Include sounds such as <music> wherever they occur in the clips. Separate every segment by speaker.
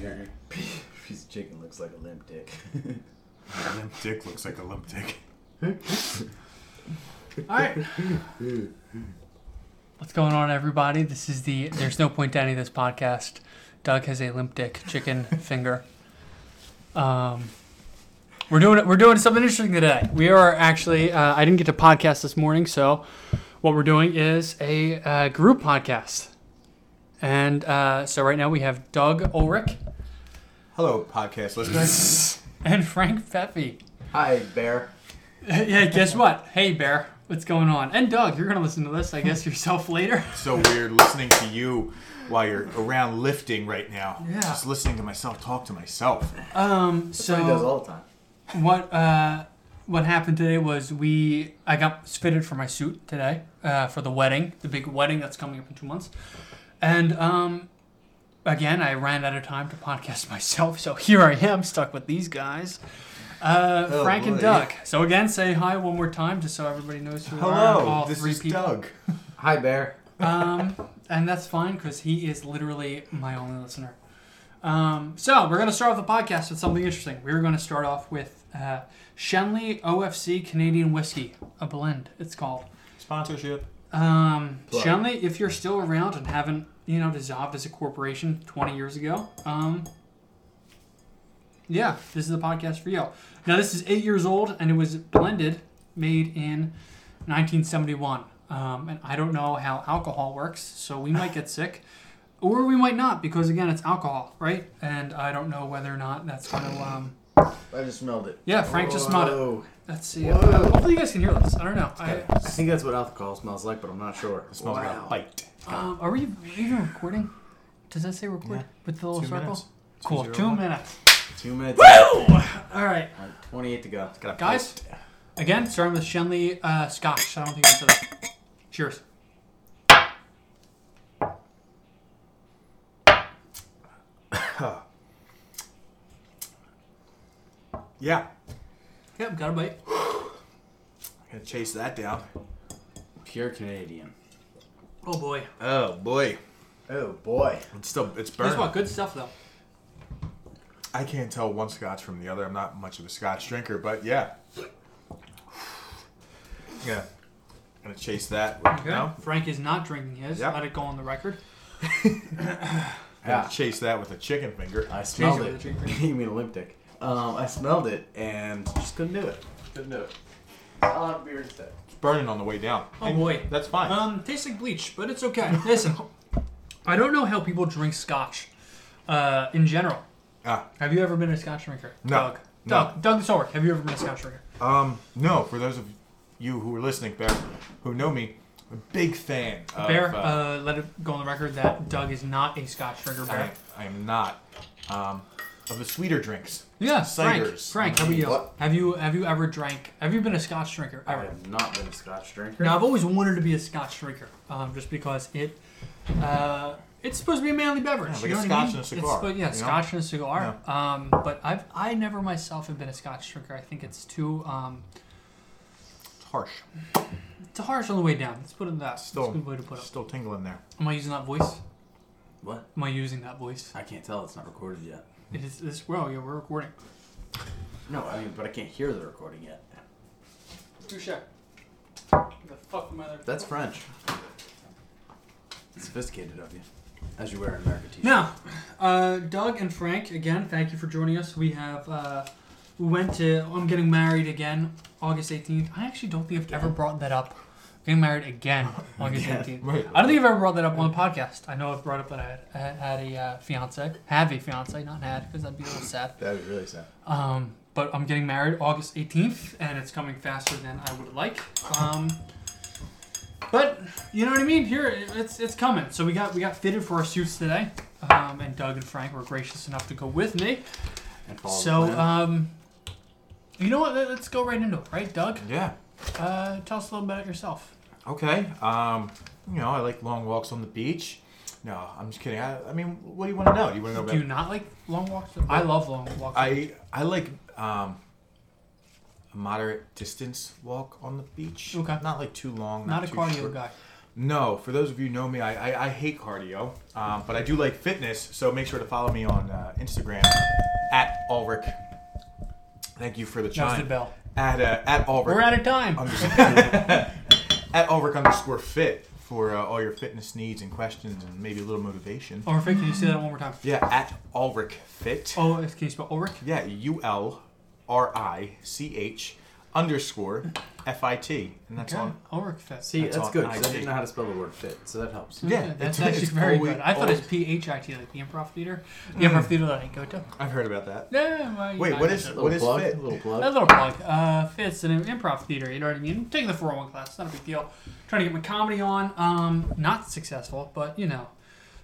Speaker 1: Jerry.
Speaker 2: <laughs> Piece of chicken looks like a limp dick. <laughs>
Speaker 3: A limp dick looks like a limp dick.
Speaker 4: All right. What's going on, everybody? This is the There's No Point to Any of This podcast. Doug has a limp dick <laughs> chicken finger. Um, we're doing we're doing something interesting today. We are actually uh, I didn't get to podcast this morning, so what we're doing is a uh, group podcast. And uh, so right now we have Doug Ulrich
Speaker 3: Hello, podcast listeners.
Speaker 4: and Frank Feffy.
Speaker 2: Hi, bear.
Speaker 4: <laughs> yeah, guess what? Hey, Bear, what's going on? And Doug, you're gonna listen to this, I guess, yourself later.
Speaker 3: so weird listening to you while you're around lifting right now.
Speaker 4: Yeah.
Speaker 3: Just listening to myself talk to myself.
Speaker 4: <laughs> Um,
Speaker 2: So he does
Speaker 4: so
Speaker 2: all the time.
Speaker 4: what uh, what happened today was we I got fitted for my suit today uh, for the wedding, the big wedding that's coming up in two months, and um, again I ran out of time to podcast <laughs> myself, so here I am stuck with these guys. Uh,
Speaker 3: Oh,
Speaker 4: Frank and
Speaker 3: boy.
Speaker 4: Doug. So again, say hi one more time, just so everybody knows who we are.
Speaker 3: Hello,
Speaker 4: all
Speaker 3: this
Speaker 4: three
Speaker 3: is
Speaker 4: people.
Speaker 3: Doug.
Speaker 2: Hi, bear.
Speaker 4: um, and that's fine because he is literally my only listener. Um, so we're gonna start off the podcast with something interesting. We're gonna start off with uh, Shenley OFC Canadian whiskey, a blend. It's called
Speaker 3: Sponsorship.
Speaker 4: um,
Speaker 2: Plug.
Speaker 4: Shenley. If you're still around and haven't you know dissolved as a corporation 20 years ago, um, yeah, this is the podcast for you. Now this is eight years old and it was blended, made in 1971. Um, and I don't know how alcohol works, so we might
Speaker 2: <laughs>
Speaker 4: get sick, or we might not, because again, it's alcohol, right? And I don't know whether or not that's going to. Um,
Speaker 2: I just smelled it.
Speaker 4: yeah, Frank just smelled it.
Speaker 2: Whoa.
Speaker 4: Let's see. Uh, hopefully, you guys can hear this. I don't know. I,
Speaker 2: I think that's what alcohol smells like, but I'm not sure.
Speaker 3: It smells like a bite.
Speaker 4: um, are we even recording? Does that say record
Speaker 3: Yeah.
Speaker 4: with the little
Speaker 3: Two
Speaker 4: circle?
Speaker 3: minutes.
Speaker 4: Cool.
Speaker 3: Two
Speaker 4: Two,
Speaker 3: zero one.
Speaker 4: minutes.
Speaker 2: Two minutes. Woo!
Speaker 4: All right.
Speaker 2: 28 to go.
Speaker 3: Got a
Speaker 4: Guys?
Speaker 3: bite.
Speaker 4: Again, starting with Shenley uh, Scotch. I don't think I said that. Cheers.
Speaker 3: Yeah.
Speaker 4: Yep, got a bite.
Speaker 3: I'm gonna chase that down.
Speaker 2: Pure Canadian.
Speaker 4: Oh boy.
Speaker 3: Oh boy.
Speaker 2: Oh boy.
Speaker 3: It's still it's
Speaker 4: Guess
Speaker 3: burning.
Speaker 4: what? Good stuff though.
Speaker 3: I can't tell one scotch from the other. I'm not much of a scotch drinker, but yeah. <sighs> Yeah. Gonna chase that right
Speaker 4: Okay.
Speaker 3: now.
Speaker 4: Frank is not drinking his.
Speaker 3: Yep.
Speaker 4: Let it go on the record.
Speaker 3: Gonna
Speaker 2: Yeah.
Speaker 3: Chase that with a chicken finger.
Speaker 2: I
Speaker 4: Change
Speaker 2: smelled
Speaker 4: it
Speaker 2: it. <laughs>
Speaker 4: with a
Speaker 2: you mean Olympic? Um, I smelled it and just couldn't do it. Couldn't do it. I'll have a beer instead.
Speaker 3: It's burning on the way down.
Speaker 4: Oh, boy.
Speaker 3: That's fine.
Speaker 4: Um, tastes like bleach, but it's okay.
Speaker 3: <laughs>
Speaker 4: Listen, I don't know how people drink Scotch, uh, in general.
Speaker 3: ah,
Speaker 4: Have you ever been a Scotch drinker?
Speaker 3: No.
Speaker 4: Doug.
Speaker 3: No.
Speaker 4: Doug. Doug Sork. Have you ever been a Scotch drinker?
Speaker 3: um, no, for those of you who are listening back who know me, I'm a big fan of
Speaker 4: Bear,
Speaker 3: uh,
Speaker 4: uh, let it go on the record that Doug is not a Scotch drinker. Bear.
Speaker 3: I, I am not. Um, of the sweeter drinks.
Speaker 4: Yeah,
Speaker 3: Ciders.
Speaker 4: Frank. Frank, how about you?
Speaker 2: What?
Speaker 4: Have you have you ever drank? Have you been a Scotch drinker
Speaker 2: I
Speaker 4: ever?
Speaker 2: have not been a scotch drinker.
Speaker 4: Now I've always wanted to be a Scotch drinker, um, just because it uh, it's supposed to be a manly beverage.
Speaker 3: Yeah, like a
Speaker 4: you know what I
Speaker 3: Scotch
Speaker 4: mean?
Speaker 3: and a
Speaker 4: It's
Speaker 3: cigar,
Speaker 4: spo-
Speaker 3: you
Speaker 4: yeah,
Speaker 3: know?
Speaker 4: Scotch and a cigar. Um, but I've I never myself have been a Scotch drinker. I think it's too um,
Speaker 3: It's harsh.
Speaker 4: it's harsh on the way down. Let's put it that.
Speaker 3: Still-
Speaker 4: That's a good way to put it.
Speaker 3: Still tingling there.
Speaker 4: Am I using that voice?
Speaker 2: What?
Speaker 4: Am I using that voice?
Speaker 2: I can't tell. It's not recorded yet.
Speaker 4: It is this. Well, yeah, we're recording.
Speaker 2: No, I mean, but I can't hear the recording yet.
Speaker 4: Touche. The fuck am I there?
Speaker 2: That's French. Sophisticated of you, as you wear an American t-shirt.
Speaker 4: Now, uh, Doug and Frank, again, thank you for joining us. We have uh, we went to I'm getting married again, August 18th. I actually don't think I've ever brought that up. Getting married again, August
Speaker 2: Again.
Speaker 4: 18th.
Speaker 3: Right.
Speaker 4: I don't think I've ever brought that up on the podcast. I know I've brought up that I had, I had a uh, fiance, have a fiance, not had, because that'd be a little sad.
Speaker 2: That was really sad.
Speaker 4: Um, but I'm getting married August 18th, and it's coming faster than I would like. Um, but you know what I mean. Here, it's it's coming. So we got we got fitted for our suits today, um, and Doug and Frank were gracious enough to go with me.
Speaker 2: And follow the
Speaker 4: So
Speaker 2: plan.
Speaker 4: um, you know what? Let- Let's go right into it, right, Doug?
Speaker 3: Yeah.
Speaker 4: Uh, tell us a little bit about yourself.
Speaker 3: Okay. Um, you know, I like long walks on the beach. No, I'm just kidding. I, I mean, what do you want to know? Do you want to know
Speaker 4: Do you
Speaker 3: about?
Speaker 4: not like long walks? I love long walks.
Speaker 3: I I like um, a moderate distance walk on the beach.
Speaker 4: Okay.
Speaker 3: Not like too long.
Speaker 4: not a
Speaker 3: too
Speaker 4: cardio
Speaker 3: short.
Speaker 4: guy.
Speaker 3: No, for those of you who know me, I, I, I hate cardio, um, but I do like fitness. So make sure to follow me on uh, Instagram at Ulrich. Thank you for the
Speaker 4: That was
Speaker 3: chime.
Speaker 4: the bell.
Speaker 3: At uh, at Ulrich.
Speaker 4: We're out of time.
Speaker 3: Unders- at Ulrich underscore fit for uh, all your fitness needs and questions and maybe a little motivation.
Speaker 4: Ulrich, Oh, can you say that one more time?
Speaker 3: Yeah, at Ulrich fit.
Speaker 4: Oh, can you spell Ulrich?
Speaker 3: Yeah, U L R I C H underscore F I T, and that's
Speaker 4: Okay.
Speaker 3: on.
Speaker 4: Ulrich fit.
Speaker 2: See,
Speaker 3: That's
Speaker 2: that's,
Speaker 3: on
Speaker 2: good. 'cause I
Speaker 3: IG.
Speaker 2: didn't know how to spell the word fit, so that helps.
Speaker 3: Yeah,
Speaker 4: Okay,
Speaker 3: it's-
Speaker 4: Mm-hmm. that's actually
Speaker 3: it's
Speaker 4: very
Speaker 3: always-
Speaker 4: good. I thought it was
Speaker 3: always-
Speaker 4: P H I T, like the improv theater. The improv theater that I go to.
Speaker 3: I've heard about that.
Speaker 4: No, no, no, my-
Speaker 3: Wait,
Speaker 4: I
Speaker 3: what
Speaker 4: go
Speaker 3: is-
Speaker 4: to-
Speaker 2: Little
Speaker 3: What is
Speaker 2: plug.
Speaker 3: fit?
Speaker 2: Little
Speaker 4: A
Speaker 2: plug.
Speaker 4: little plug. Uh, fits in an improv theater. You know what I mean? I'm taking the 401 class. It's not a big deal. Trying to get my comedy on. Um, not successful, but you know.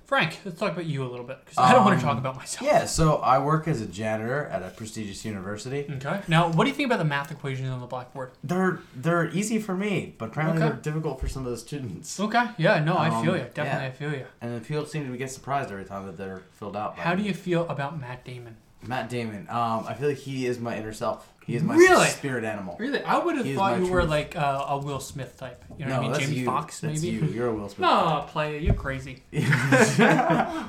Speaker 4: Frank, let's talk about you a little bit because I don't want to
Speaker 2: Um,
Speaker 4: talk about myself.
Speaker 2: Yeah, so I work as a janitor at a prestigious university.
Speaker 4: Okay. Now, what do you think about the math equations on the blackboard?
Speaker 2: They're they're easy for me, but apparently
Speaker 4: Okay.
Speaker 2: they're difficult for some of the students.
Speaker 4: Okay. Yeah. No, I feel
Speaker 2: Um,
Speaker 4: you. Definitely,
Speaker 2: yeah.
Speaker 4: I feel you.
Speaker 2: And the people seem to get surprised every time that they're filled out. by
Speaker 4: How do
Speaker 2: me.
Speaker 4: you feel about Matt Damon?
Speaker 2: Matt Damon? Um, I feel like he is my inner self. He is my
Speaker 4: Really?
Speaker 2: spirit animal.
Speaker 4: Really, I would have
Speaker 2: He is
Speaker 4: thought
Speaker 2: my
Speaker 4: you were
Speaker 2: truth.
Speaker 4: like uh, a Will Smith type. You know
Speaker 2: no,
Speaker 4: what I mean?
Speaker 2: that's
Speaker 4: Jamie
Speaker 2: you.
Speaker 4: Foxx,
Speaker 2: That's
Speaker 4: maybe.
Speaker 2: you. You're a Will Smith.
Speaker 4: <laughs> No, playa, you crazy.
Speaker 2: <laughs> I,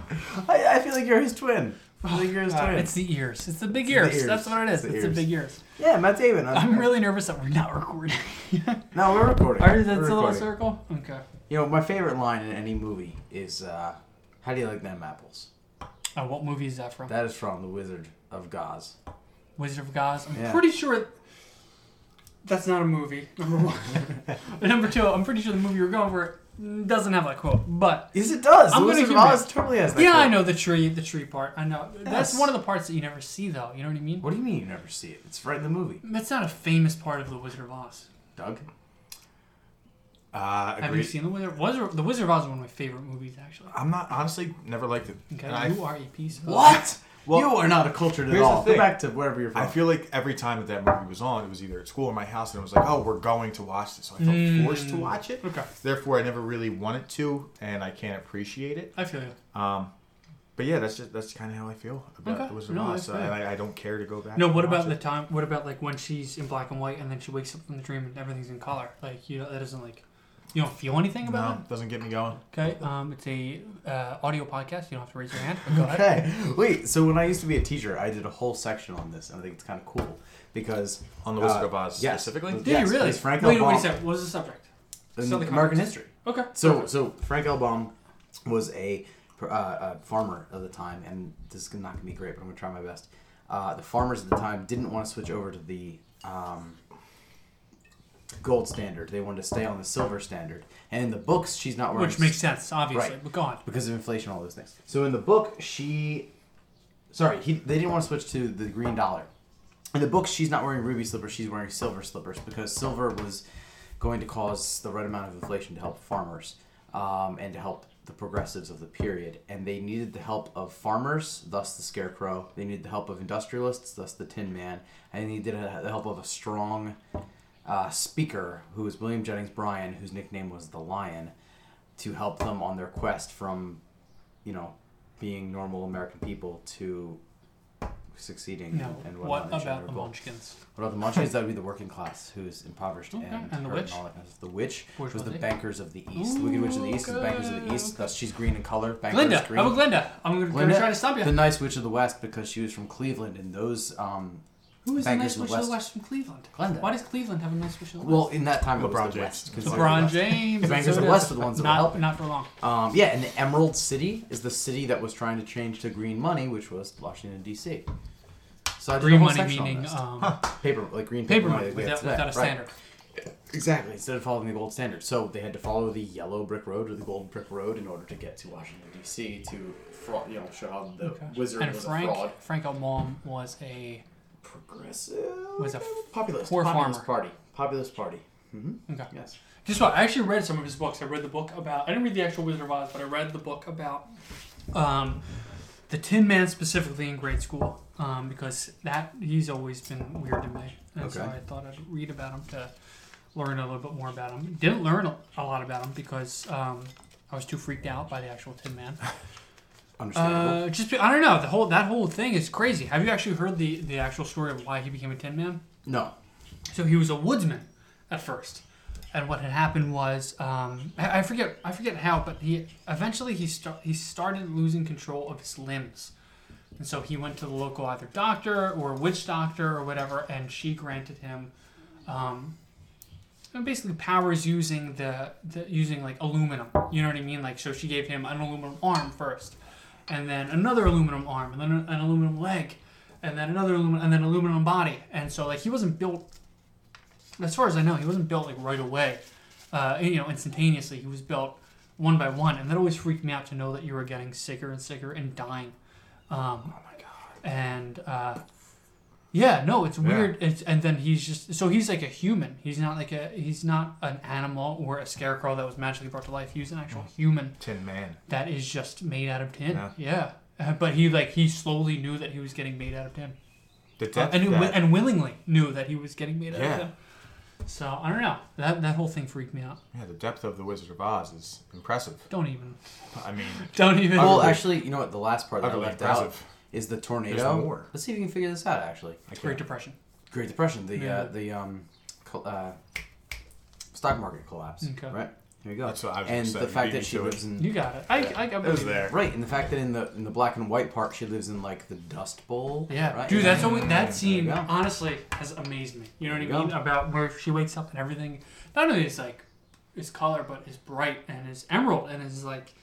Speaker 2: I feel like you're his twin. I feel like you're his
Speaker 4: Uh,
Speaker 2: twin.
Speaker 4: it's the ears. It's the big
Speaker 2: It's the
Speaker 4: ears.
Speaker 2: ears. Uh,
Speaker 4: That's what it is. It's
Speaker 2: It's
Speaker 4: the,
Speaker 2: the
Speaker 4: big ears.
Speaker 2: yeah, Matt Damon. I'm,
Speaker 4: I'm really nervous that we're
Speaker 2: <laughs>
Speaker 4: not <laughs> recording.
Speaker 2: No, we're recording.
Speaker 4: Are
Speaker 2: We're
Speaker 4: that's a little
Speaker 2: recording.
Speaker 4: circle? Okay.
Speaker 2: You know, my favorite line in any movie is, uh, "How do you like them apples?"
Speaker 4: Uh, what movie is that from?
Speaker 2: That is from The Wizard of Oz.
Speaker 4: Wizard of Oz. I'm
Speaker 2: Yeah.
Speaker 4: pretty sure that's not a movie. Number one. <laughs> And number two, I'm pretty sure the movie you're going for doesn't have that quote. But
Speaker 2: Yes, it does.
Speaker 4: I'm
Speaker 2: the
Speaker 4: gonna
Speaker 2: Wizard of
Speaker 4: humor
Speaker 2: Oz totally has that.
Speaker 4: yeah, I
Speaker 2: quote.
Speaker 4: know the tree, the tree part. I know that's
Speaker 2: Yes.
Speaker 4: one of the parts that you never see, though. You know what I mean?
Speaker 2: What do you mean you never see it? It's right in the movie,
Speaker 4: That's not a famous part of the Wizard of Oz.
Speaker 2: Doug.
Speaker 3: Uh,
Speaker 4: Have you
Speaker 3: agreed.
Speaker 4: seen the Wizard? Wizard the Wizard of Oz is one of my favorite movies, actually.
Speaker 3: I'm not honestly never liked it.
Speaker 4: Okay,
Speaker 3: And I,
Speaker 4: you are a piece. Of
Speaker 2: What?
Speaker 3: Well,
Speaker 2: you are not acculturated at
Speaker 3: here's the
Speaker 2: all. Go
Speaker 3: thing.
Speaker 2: back to wherever you're from.
Speaker 3: I feel like every time that that movie was on, it was either at school or my house, and I was like, "Oh, we're going to watch this," so I felt
Speaker 4: Mm.
Speaker 3: forced to watch it.
Speaker 4: Okay,
Speaker 3: Therefore, I never really wanted to, and I can't appreciate it.
Speaker 4: I feel you.
Speaker 3: Um, but yeah, that's just that's kind of how I feel about
Speaker 4: Okay.
Speaker 3: the Wizard
Speaker 4: No,
Speaker 3: of
Speaker 4: that's
Speaker 3: Oz. So
Speaker 4: fair.
Speaker 3: I, I don't care to go back.
Speaker 4: No,
Speaker 3: and
Speaker 4: what
Speaker 3: watch
Speaker 4: about the
Speaker 3: it.
Speaker 4: time? What about like when she's in black and white and then she wakes up from the dream and everything's in color? Like you know, that doesn't like you don't feel anything about
Speaker 3: No, doesn't get me going.
Speaker 4: it. Okay, um, it's a uh, audio podcast. You don't have to raise your hand. But go ahead.
Speaker 2: Okay. <laughs> Wait, so when I used to be a teacher, I did a whole section on this, and I think it's kind of cool because
Speaker 3: On the Wizard
Speaker 2: Uh,
Speaker 3: of Oz
Speaker 2: yes.
Speaker 3: specifically.
Speaker 4: Did
Speaker 2: Yes,
Speaker 4: you really?
Speaker 2: it's Frank
Speaker 4: wait, wait a
Speaker 2: Obama.
Speaker 4: second. What was the subject?
Speaker 2: in
Speaker 4: Southern
Speaker 2: American
Speaker 4: Commonwealth.
Speaker 2: history.
Speaker 4: Okay.
Speaker 2: So, so Frank L. Baum was a, uh, a farmer of the time, and this is not gonna be great, but I'm gonna try my best. Uh, the farmers at the time didn't want to switch over to the um, gold standard; they wanted to stay on the silver standard. And in the books, she's not wearing
Speaker 4: which makes sense, obviously.
Speaker 2: Right.
Speaker 4: But go on.
Speaker 2: because of inflation, all those things. So in the book, she, sorry, he, they didn't want to switch to the green dollar. In the book, she's not wearing ruby slippers; she's wearing silver slippers because silver was going to cause the right amount of inflation to help farmers um, and to help the progressives of the period. And they needed the help of farmers, thus the scarecrow. They needed the help of industrialists, thus the Tin Man. And they needed uh, the help of a strong uh, speaker, who was William Jennings Bryan, whose nickname was the Lion to help them on their quest from, you know, being normal American people to succeeding
Speaker 4: No.
Speaker 2: and, and
Speaker 4: what
Speaker 2: whatnot and
Speaker 4: about
Speaker 2: gender
Speaker 4: the
Speaker 2: equal-
Speaker 4: Munchkins?
Speaker 2: What about the Munchies? That would be the working class who's impoverished
Speaker 4: Okay,
Speaker 2: and,
Speaker 4: and the
Speaker 2: hurt
Speaker 4: witch?
Speaker 2: all that kind of stuff. The witch
Speaker 4: Which
Speaker 2: was the
Speaker 4: was it?
Speaker 2: bankers of the East. the Wicked Witch of the East is the bankers of the East.
Speaker 4: Okay.
Speaker 2: Thus, she's green in color. Bankers
Speaker 4: Glinda.
Speaker 2: green.
Speaker 4: How about Glinda? I'm gonna, gonna
Speaker 2: Glinda,
Speaker 4: try to stop you.
Speaker 2: The nice witch of the West because she was from Cleveland and those um,
Speaker 4: Who is the
Speaker 2: bankers
Speaker 4: nice
Speaker 2: of
Speaker 4: witch
Speaker 2: the
Speaker 4: of
Speaker 2: West.
Speaker 4: the West from Cleveland?
Speaker 2: Glinda.
Speaker 4: Why does Cleveland have a nice witch of the West?
Speaker 2: Well, in that time,
Speaker 3: LeBron
Speaker 2: it was the
Speaker 3: James.
Speaker 2: West. considered the
Speaker 4: LeBron
Speaker 2: West.
Speaker 4: James.
Speaker 2: The
Speaker 4: that's
Speaker 2: bankers of
Speaker 4: what it
Speaker 2: the West
Speaker 4: is.
Speaker 2: were the ones that were
Speaker 4: not,
Speaker 2: helping.
Speaker 4: Not for long.
Speaker 2: Um, yeah, and the Emerald City is the city that was trying to change to green money, which was Washington D.C. So I did a
Speaker 4: Green
Speaker 2: whole
Speaker 4: money
Speaker 2: section on
Speaker 4: meaning
Speaker 2: this.
Speaker 4: um,
Speaker 2: paper, like green paper,
Speaker 4: paper money
Speaker 2: that we have today,
Speaker 4: without, without a
Speaker 2: right.
Speaker 4: standard.
Speaker 2: Exactly, instead of following the gold standard, so they had to follow the yellow brick road or the gold brick road in order to get to Washington D.C. to fraud, you know, show how the wizard
Speaker 4: And
Speaker 2: was
Speaker 4: Frank
Speaker 2: a fraud.
Speaker 4: Frank O'Mom was a
Speaker 2: Progressive
Speaker 4: Was a f-
Speaker 2: populist,
Speaker 4: poor
Speaker 2: populist
Speaker 4: farmer.
Speaker 2: party, populist party. hmm
Speaker 4: okay.
Speaker 2: Yes.
Speaker 4: Guess what? I actually read some of his books. I read the book about I didn't read the actual Wizard of Oz, but I read the book about um, the Tin Man specifically in grade school um, because that he's always been weird to me, and so
Speaker 2: Okay.
Speaker 4: I thought I'd read about him to learn a little bit more about him. Didn't learn a a lot about him because um, I was too freaked out by the actual Tin Man.
Speaker 2: Understandable.
Speaker 4: Uh, just be, I don't know the whole that whole thing is crazy. Have you actually heard the the actual story of why he became a Tin Man?
Speaker 2: no.
Speaker 4: So he was a woodsman at first. and what had happened was um, I, I forget I forget how, but he eventually he sta- he started losing control of his limbs, and so he went to the local either doctor or witch doctor or whatever, and she granted him. Um, and basically powers using the, the using like aluminum you know what i mean like so she gave him an aluminum arm first and then another aluminum arm and then an aluminum leg and then another aluminum and then aluminum body and so like he wasn't built as far as i know he wasn't built like right away uh, you know instantaneously he was built one by one and that always freaked me out to know that you were getting sicker and sicker and dying um,
Speaker 3: Oh my god.
Speaker 4: and uh, yeah, no, it's weird. It's, and then he's just so he's like a human. He's not like a he's not an animal or a scarecrow that was magically brought to life. He's an actual human
Speaker 3: Tin Man.
Speaker 4: that is just made out of tin.
Speaker 3: Yeah.
Speaker 4: Yeah, Uh, but he like he slowly knew that he was getting made out of tin,
Speaker 3: The
Speaker 4: Uh,
Speaker 3: death
Speaker 4: and he, wi-
Speaker 3: that-
Speaker 4: and willingly knew that he was getting made out
Speaker 3: Yeah.
Speaker 4: of tin. So I don't know that that whole thing freaked me out.
Speaker 3: yeah, the depth of the Wizard of Oz is impressive.
Speaker 4: Don't even, <laughs>
Speaker 3: I mean,
Speaker 4: don't even.
Speaker 2: Well, actually, you know what? The last part that <laughs> I
Speaker 3: utterly
Speaker 2: left out
Speaker 3: impressive.
Speaker 2: is the tornado.
Speaker 3: There's more.
Speaker 2: Let's see if we can figure this out. Actually,
Speaker 3: I
Speaker 4: Great
Speaker 3: can't.
Speaker 4: Depression.
Speaker 2: Great Depression, the
Speaker 4: Yeah.
Speaker 2: uh, the um, col- uh, stock market collapse.
Speaker 4: Okay.
Speaker 2: Right. Here we go.
Speaker 3: That's what I was
Speaker 2: and
Speaker 3: gonna say.
Speaker 2: the
Speaker 3: You
Speaker 2: fact
Speaker 3: beat
Speaker 2: that
Speaker 3: me
Speaker 2: she
Speaker 3: to it.
Speaker 2: lives in
Speaker 4: You got it. I I, I
Speaker 3: It was
Speaker 4: believe it.
Speaker 3: there.
Speaker 2: right, and the fact that in the in the black and white part she lives in like the Dust Bowl.
Speaker 4: Yeah,
Speaker 2: Right?
Speaker 4: dude, that's always,
Speaker 2: There you
Speaker 4: that scene
Speaker 2: go.
Speaker 4: honestly has amazed me. You know what
Speaker 2: There you
Speaker 4: I mean
Speaker 2: go.
Speaker 4: about where she wakes up and everything. Not only is like is color, but is bright and is emerald and is like,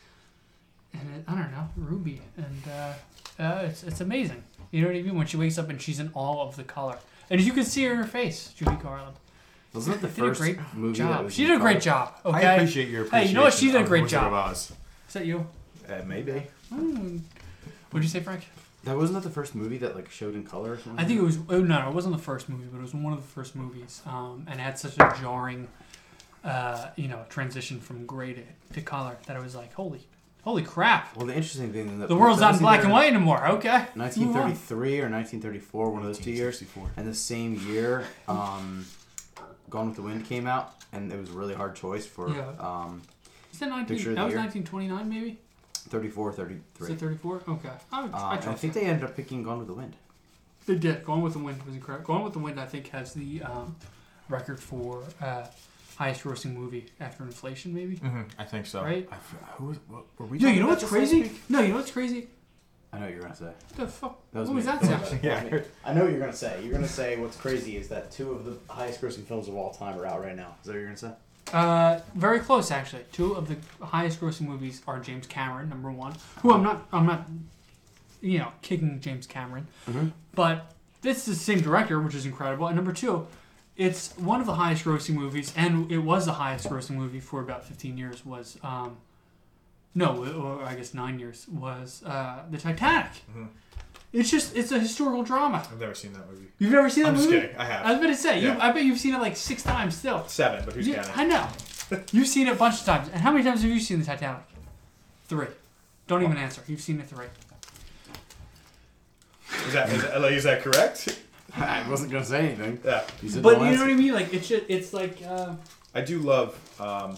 Speaker 4: and it, I don't know, ruby and uh, uh, it's it's amazing. You know what I mean when she wakes up and she's in awe of the color, and you can see her in her face, Judy Garland.
Speaker 2: Wasn't it
Speaker 4: <laughs>
Speaker 2: the
Speaker 4: She did a
Speaker 2: first
Speaker 4: great
Speaker 2: movie that
Speaker 4: Job.
Speaker 2: was
Speaker 4: She did a great
Speaker 2: called-
Speaker 4: job. Okay.
Speaker 3: I appreciate your
Speaker 4: Hey,
Speaker 3: appreciation
Speaker 4: you know what? She did a
Speaker 3: of
Speaker 4: great
Speaker 3: Wizard
Speaker 4: job.
Speaker 3: Of Oz.
Speaker 4: Is that you?
Speaker 3: Uh, maybe.
Speaker 4: Mm. What'd you say, Frank?
Speaker 2: That wasn't that the first movie that like showed in color or something.
Speaker 4: I think it was oh, no, it wasn't the first movie, but it was one of the first movies, um, and it had such a jarring, uh, you know, transition from gray to, to color that I was like, holy, holy crap,
Speaker 2: Well, the interesting thing is that
Speaker 4: the world's
Speaker 2: that
Speaker 4: not
Speaker 2: was
Speaker 4: in black
Speaker 2: either
Speaker 4: and white anymore. Okay, let's move on.
Speaker 2: 1933 or 1934, one of those two years.
Speaker 3: 1964.
Speaker 2: And the same year, um, Gone with the Wind came out, and it was a really hard choice for
Speaker 4: Yeah.
Speaker 2: um,
Speaker 4: Is that
Speaker 2: Picture
Speaker 4: 19?
Speaker 2: of
Speaker 4: That
Speaker 2: the
Speaker 4: was
Speaker 2: year.
Speaker 4: 1929, maybe.
Speaker 2: 34,
Speaker 4: Is
Speaker 2: 33.
Speaker 4: it 34? Okay, I, would,
Speaker 2: Um, and
Speaker 4: I,
Speaker 2: I
Speaker 4: trust
Speaker 2: think
Speaker 4: that.
Speaker 2: they ended up picking Gone with the Wind.
Speaker 4: they did. Gone with the Wind was incredible. Gone with the Wind, I think, has the um, record for uh, highest grossing movie after inflation, maybe.
Speaker 3: hmm I think so.
Speaker 4: Right?
Speaker 3: I f- who was, what, were we
Speaker 4: Yeah,
Speaker 3: talking
Speaker 4: you know
Speaker 3: about
Speaker 4: what's
Speaker 3: this last
Speaker 4: crazy?
Speaker 3: week?
Speaker 4: No, you know what's crazy?
Speaker 2: I know what you're gonna say.
Speaker 4: What the fuck?
Speaker 2: That was
Speaker 4: what was
Speaker 2: me.
Speaker 4: that
Speaker 2: <laughs>
Speaker 4: sound?
Speaker 3: Yeah.
Speaker 2: I know what you're gonna say. You're gonna say what's crazy is that two of the highest grossing films of all time are out right now. Is that what you're gonna say?
Speaker 4: Uh, very close actually. Two of the highest grossing movies are James Cameron, number one. Who I'm not, I'm not, you know, kicking James Cameron,
Speaker 2: Mhm.
Speaker 4: but this is the same director, which is incredible. And number two, it's one of the highest grossing movies, and it was the highest grossing movie for about 15 years. Was um, no, or I guess nine years was uh, the Titanic.
Speaker 3: Mhm.
Speaker 4: It's just it's a historical drama.
Speaker 3: I've never seen that movie.
Speaker 4: You've never seen that
Speaker 3: I'm just
Speaker 4: movie?
Speaker 3: kidding. I have
Speaker 4: I was about to say, you,
Speaker 3: Yeah.
Speaker 4: I bet you've seen it like six times still.
Speaker 3: seven, but who's
Speaker 4: Yeah,
Speaker 3: counting?
Speaker 4: I know. You've seen it a bunch of times. And how many times have you seen the Titanic? Three. Don't even answer. You've seen it three.
Speaker 3: Is that, is, that, like, is that correct?
Speaker 2: <laughs>
Speaker 3: <laughs>
Speaker 2: I wasn't gonna say anything.
Speaker 3: Yeah.
Speaker 2: You said
Speaker 4: But
Speaker 2: the
Speaker 4: you know
Speaker 2: last-
Speaker 4: what I mean? Like it's just, it's like. Uh,
Speaker 3: I do love. Um,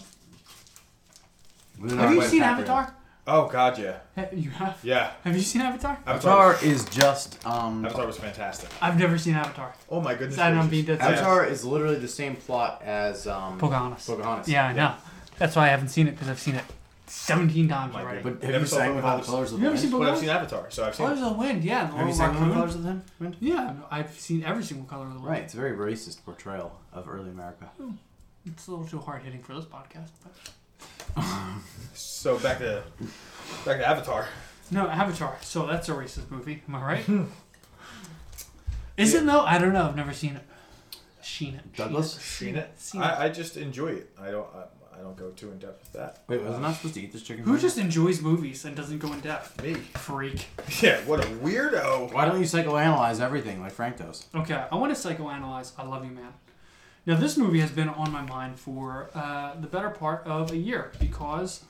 Speaker 2: Leonardo
Speaker 4: have you
Speaker 2: DiCaprio.
Speaker 4: seen Avatar?
Speaker 3: oh God, yeah,
Speaker 4: Ha- You have.
Speaker 3: yeah.
Speaker 4: Have you seen Avatar?
Speaker 2: Avatar is just um,
Speaker 3: Avatar was fantastic.
Speaker 4: I've never seen Avatar.
Speaker 3: Oh my goodness.
Speaker 4: Sad I'm
Speaker 3: gracious.
Speaker 4: being dead serious.
Speaker 2: Avatar is literally the same plot as um,
Speaker 4: Pocahontas.
Speaker 2: Pocahontas.
Speaker 4: Yeah, I know. That's why I haven't seen it because I've seen it 17 times
Speaker 3: My
Speaker 4: already.
Speaker 3: goodness.
Speaker 2: But have
Speaker 3: Never
Speaker 2: you
Speaker 3: saw
Speaker 2: sang with all the
Speaker 3: Pocahontas.
Speaker 2: colors of
Speaker 4: You
Speaker 2: the
Speaker 4: ever
Speaker 2: wind?
Speaker 4: seen
Speaker 3: But I've
Speaker 4: Pocahontas?
Speaker 3: seen Avatar, so I've seen.
Speaker 4: Colors of the Wind, yeah. The
Speaker 2: Have you
Speaker 4: little
Speaker 2: sang with all the
Speaker 4: raccoon.
Speaker 2: colors of the wind?
Speaker 4: Yeah, I've seen every single color of the wind.
Speaker 2: Right, it's a very racist portrayal of early America.
Speaker 4: It's a little too hard hitting for this podcast, but
Speaker 3: So back to back to Avatar.
Speaker 4: No, Avatar. So that's a racist movie. Am I right? Is it though? I don't know. I've never seen it. Seen it.
Speaker 2: Douglas?
Speaker 4: Seen it. Seen it.
Speaker 3: I, I just enjoy it. I don't. I, I don't go too in depth with that.
Speaker 2: Wait, was I not supposed to eat this chicken?
Speaker 4: Who
Speaker 2: burger?
Speaker 4: just enjoys movies and doesn't go in depth?
Speaker 3: Me. <laughs>
Speaker 4: Freak.
Speaker 3: Yeah. What a weirdo.
Speaker 2: Why don't you psychoanalyze everything like Frank does?
Speaker 4: Okay, I want to psychoanalyze. I love you, man. Now, this movie has been on my mind for uh, the better part of a year because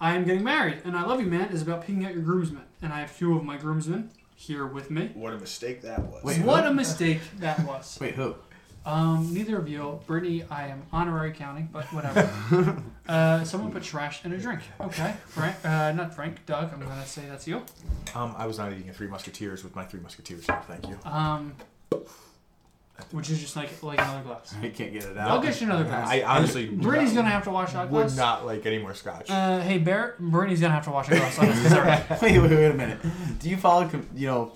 Speaker 4: I am getting married, and I love you, man. Is about picking out your groomsmen, and I have two of my groomsmen here with me.
Speaker 3: What a mistake that was.
Speaker 2: Wait,
Speaker 4: what
Speaker 2: who?
Speaker 4: a mistake that was.
Speaker 2: Wait, who? <laughs>
Speaker 4: Um, neither of you, Brittany. I am honorary counting, but whatever. uh, someone put trash in a drink. Okay, Frank. Uh, not Frank. Doug. I'm gonna say that's you.
Speaker 3: Um, I was not eating a Three Musketeers with my Three Musketeers. No, thank you.
Speaker 4: Um, which is just like like another glass.
Speaker 2: I can't get it
Speaker 4: <laughs>
Speaker 2: out.
Speaker 4: I'll get you another glass.
Speaker 3: I honestly
Speaker 4: Brittany's
Speaker 3: would
Speaker 4: gonna have to wash that
Speaker 3: not, would
Speaker 4: glass.
Speaker 3: not like any more scotch.
Speaker 4: Uh, hey, Barrett, Brittany's gonna have to wash a glass
Speaker 3: <laughs>
Speaker 4: on this dessert.
Speaker 2: <laughs> wait, wait, wait a minute. Do you follow, com- you know,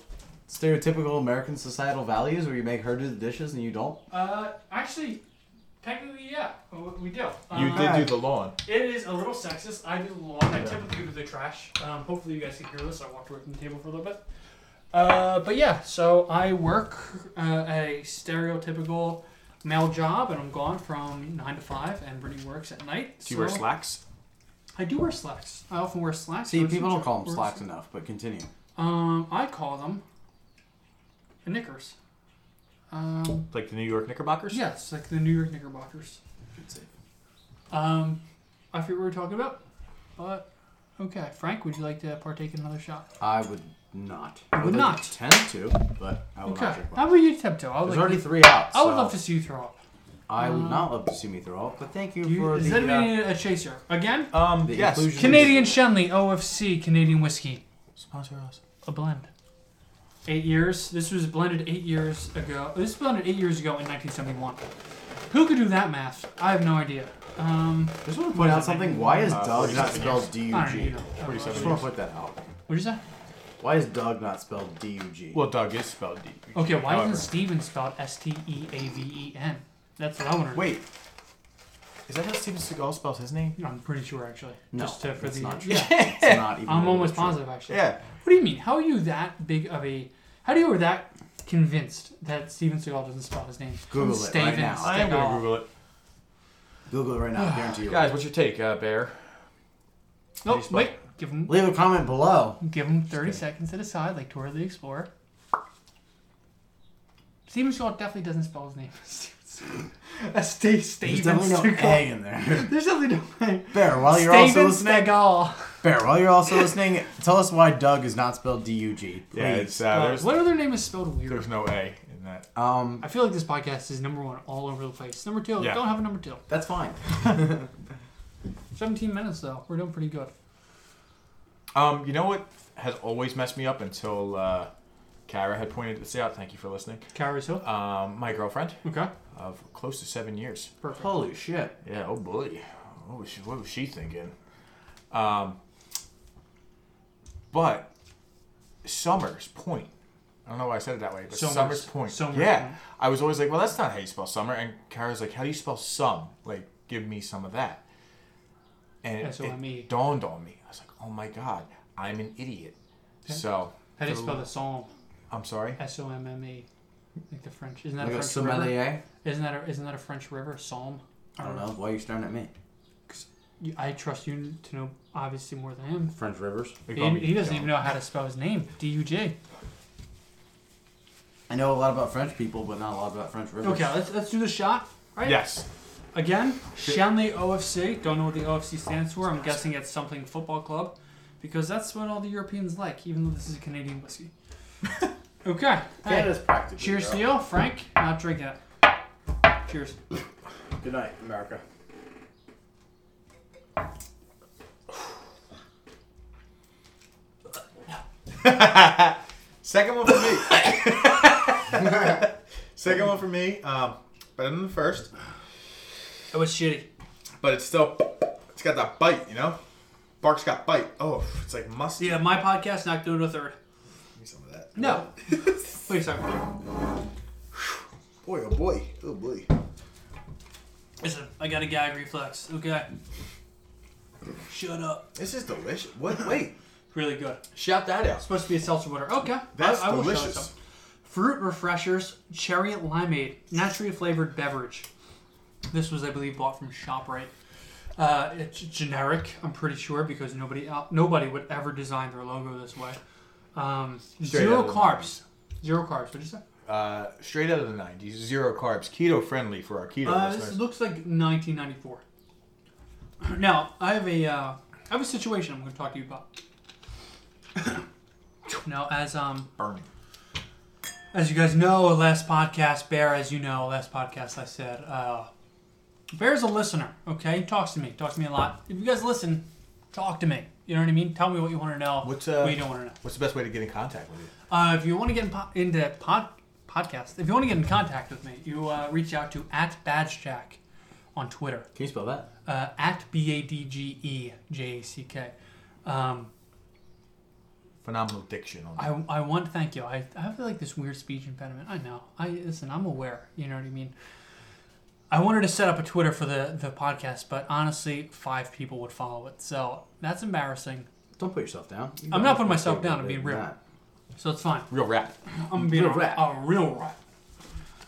Speaker 2: stereotypical American societal values where you make her do the dishes and you don't?
Speaker 4: uh, actually, technically, yeah, we we do.
Speaker 3: you
Speaker 4: Uh,
Speaker 3: did do the lawn.
Speaker 4: It is a little sexist. I do the lawn. I typically do the trash. Um, hopefully, you guys can hear this. I walked away from the table for a little bit. Uh, but yeah, so I work uh, a stereotypical male job, and I'm gone from nine to five, and Brittany works at night.
Speaker 3: Do you wear
Speaker 4: so-
Speaker 3: slacks?
Speaker 4: I do wear slacks. I often wear slacks.
Speaker 2: See,
Speaker 4: Those
Speaker 2: people
Speaker 4: are-
Speaker 2: don't call them
Speaker 4: or-
Speaker 2: slacks enough, but continue.
Speaker 4: Um, I call them uh, knickers. Um,
Speaker 3: Like the New York Knickerbockers?
Speaker 4: yes, like the New York Knickerbockers. Um, I forget what we were talking about, but okay. Frank, would you like to partake in another shot?
Speaker 2: I would not. I
Speaker 4: would
Speaker 2: like
Speaker 4: not.
Speaker 2: to attempt to, but I would
Speaker 4: Okay.
Speaker 2: not drink one.
Speaker 4: How about you attempt to? I would,
Speaker 2: There's
Speaker 4: like
Speaker 2: already
Speaker 4: to-
Speaker 2: three out.
Speaker 4: I would
Speaker 2: so
Speaker 4: love to see you throw up.
Speaker 2: I would not love to see me throw up, but thank you,
Speaker 4: Do you,
Speaker 2: for
Speaker 4: does
Speaker 2: the,
Speaker 4: that
Speaker 2: uh,
Speaker 4: mean a chaser? Again?
Speaker 3: Um,
Speaker 2: the
Speaker 3: yes.
Speaker 2: inclusion.
Speaker 4: Canadian Shenley, OFC, Canadian Whiskey.
Speaker 3: Sponsor us.
Speaker 4: A blend. Eight years. This was blended eight years ago. This was blended eight years ago in 1971. Who could do that math? I have no idea. Um,
Speaker 2: Just want to point out something. Why is
Speaker 3: Uh,
Speaker 2: Doug not
Speaker 3: 47
Speaker 2: spelled D U
Speaker 4: I don't
Speaker 2: G? I
Speaker 4: know.
Speaker 2: just
Speaker 3: 47
Speaker 2: want
Speaker 3: years.
Speaker 2: to put that out.
Speaker 4: What'd you say?
Speaker 2: Why is Doug not spelled D U G?
Speaker 3: Well, Doug is spelled D.
Speaker 4: Okay, why
Speaker 3: However.
Speaker 4: isn't Steven spelled S T E A V E N? That's what I want to
Speaker 3: Wait. Is that how Steven Seagal spells his name?
Speaker 4: I'm pretty sure, actually.
Speaker 2: No,
Speaker 4: Just to, for
Speaker 2: that's
Speaker 4: the, <laughs>
Speaker 2: not true.
Speaker 4: Yeah,
Speaker 2: it's not even.
Speaker 4: I'm
Speaker 2: really
Speaker 4: almost
Speaker 2: true.
Speaker 4: positive, actually.
Speaker 3: Yeah.
Speaker 4: What do you mean? How are you that big of a? How do you were that convinced that Steven Seagal doesn't spell his name?
Speaker 2: Google it
Speaker 4: Steven
Speaker 2: right now.
Speaker 4: Seagal.
Speaker 3: I am going to Google it.
Speaker 2: Google it right
Speaker 4: <sighs>
Speaker 2: now. I guarantee you.
Speaker 3: Guys, what's your take, uh, Bear?
Speaker 4: Nope,
Speaker 3: Please spell
Speaker 4: wait. Give him
Speaker 2: Leave a comment below.
Speaker 4: give him 30 seconds to decide, like Tori the Explorer. Steven Seagal definitely doesn't spell his name. <laughs> Steven Seagal. That's Ste-
Speaker 2: There's
Speaker 4: Steven
Speaker 2: definitely no
Speaker 4: Seagal.
Speaker 2: A in there. <laughs>
Speaker 4: There's definitely no way.
Speaker 2: Bear, while you're also
Speaker 4: Steven
Speaker 2: listening,
Speaker 4: Seagal.
Speaker 2: Bear, while you're also listening, tell us why Doug is not spelled D U G.
Speaker 3: Yeah, it's,
Speaker 2: please.
Speaker 3: uh,
Speaker 4: Uh,
Speaker 3: there's,
Speaker 4: what other name is spelled weird?
Speaker 3: there's no A in that.
Speaker 2: Um,
Speaker 4: I feel like this podcast is number one all over the place. Number two,
Speaker 3: Yeah.
Speaker 4: don't have a number two.
Speaker 2: that's fine.
Speaker 4: 17 minutes though, we're doing pretty good.
Speaker 3: Um, you know what has always messed me up until uh, Kara had pointed this out. Thank you for listening.
Speaker 4: Cowries Hill.
Speaker 3: Um, my girlfriend
Speaker 4: Okay,
Speaker 3: of close to seven years.
Speaker 4: perfect.
Speaker 2: Holy shit.
Speaker 3: Yeah. Oh boy. What was she, what was she thinking? Um, but Summers Point. I don't know why I said it that way, but
Speaker 4: Summers.
Speaker 3: Summers, Point.
Speaker 4: Summers
Speaker 3: yeah.
Speaker 4: Point.
Speaker 3: I was always like, well, that's not how you spell summer. And Kara's like, how do you spell some? Like, give me some of that. And it,
Speaker 4: S-O-M-E.
Speaker 3: it dawned on me. I was like, oh my God, I'm an idiot. So,
Speaker 4: How do you spell the psalm?
Speaker 3: I'm sorry.
Speaker 4: S O M M E, like the French. Isn't that
Speaker 2: Like
Speaker 4: a
Speaker 2: a
Speaker 4: French river?
Speaker 2: sommelier?
Speaker 4: Isn't that a, isn't that a French river? Psalm.
Speaker 2: I don't know. Why are you staring at me?
Speaker 4: You- I trust you to know obviously more than him.
Speaker 2: French rivers.
Speaker 3: They call
Speaker 4: He,
Speaker 3: me
Speaker 4: he doesn't
Speaker 3: John.
Speaker 4: even know how to spell his name. D U J.
Speaker 2: I know a lot about French people, but not a lot about French rivers.
Speaker 4: Okay, let's let's do the shot. Right.
Speaker 3: Yes.
Speaker 4: Again, Shanley OFC. Don't know what the OFC stands for. I'm guessing it's something football club, because that's what all the Europeans like. Even though this is a Canadian
Speaker 2: <laughs>
Speaker 4: whiskey. okay. hey,
Speaker 2: Canada's practically.
Speaker 4: Cheers to
Speaker 2: Europe.
Speaker 4: you, Frank. Not drinking it. Cheers.
Speaker 2: Good night, America.
Speaker 3: Second one for me. <laughs> Second one for me. Um, better than the first,
Speaker 4: It was shitty.
Speaker 3: but it's still, it's got that bite, you know? Bark's got bite. Oh, it's like musty.
Speaker 4: Yeah, uh, my podcast not doing a third.
Speaker 3: Give me some of that.
Speaker 4: <laughs> No. Please, sorry.
Speaker 3: Boy, oh boy. Oh boy.
Speaker 4: Listen, I got a gag reflex. Okay. Shut up.
Speaker 3: This is delicious. What? Wait.
Speaker 4: Really good.
Speaker 3: Shout that out.
Speaker 4: Supposed to be a seltzer water. Okay.
Speaker 3: That's
Speaker 4: I, I will show
Speaker 3: delicious.
Speaker 4: it some. Fruit refreshers, cherry limeade, naturally flavored beverage. This was, I believe, bought from Shoprite. Uh, it's generic, I'm pretty sure, because nobody el- nobody would ever design their logo this way. Um,
Speaker 3: Straight
Speaker 4: zero
Speaker 3: out of the
Speaker 4: carbs. Zero carbs. What'd you say?
Speaker 3: Uh, straight out of the 90s. Zero carbs. Keto friendly for our keto
Speaker 4: Uh, this
Speaker 3: listeners.
Speaker 4: looks like 1994. <clears throat> Now, I have a, uh, I have a situation I'm going to talk to you about. <coughs> now, as um,
Speaker 3: Burning.
Speaker 4: as you guys know, last podcast, Bear, as you know, last podcast I said, uh, Bear's a listener, okay? He talks to me, talks to me a lot. If you guys listen, talk to me. You know what I mean? Tell me what you want to know,
Speaker 3: What's, uh,
Speaker 4: what you don't want to know.
Speaker 3: What's the best way to get in contact with you?
Speaker 4: Uh, if you want to get in po- into pod- podcast. If you want to get in contact with me, you uh, reach out to at BadgeJack on Twitter.
Speaker 2: Can you spell that?
Speaker 4: uh, at B A D G E J A C K. Um,
Speaker 3: Phenomenal diction on that.
Speaker 4: I, I want thank you. I, I have like this weird speech impediment. I know. I listen. I'm aware. You know what I mean. I wanted to set up a Twitter for the the podcast, but honestly, five people would follow it, so that's embarrassing.
Speaker 2: Don't put yourself down. You
Speaker 4: I'm
Speaker 2: got
Speaker 4: not
Speaker 2: nothing
Speaker 4: putting
Speaker 2: to
Speaker 4: myself
Speaker 2: say
Speaker 4: down,
Speaker 2: about
Speaker 4: I'm being
Speaker 2: it.
Speaker 4: real.
Speaker 2: Not.
Speaker 4: So it's fine.
Speaker 3: Real rap.
Speaker 4: I'm being
Speaker 2: Real
Speaker 4: a,
Speaker 2: rat.
Speaker 4: a real rat.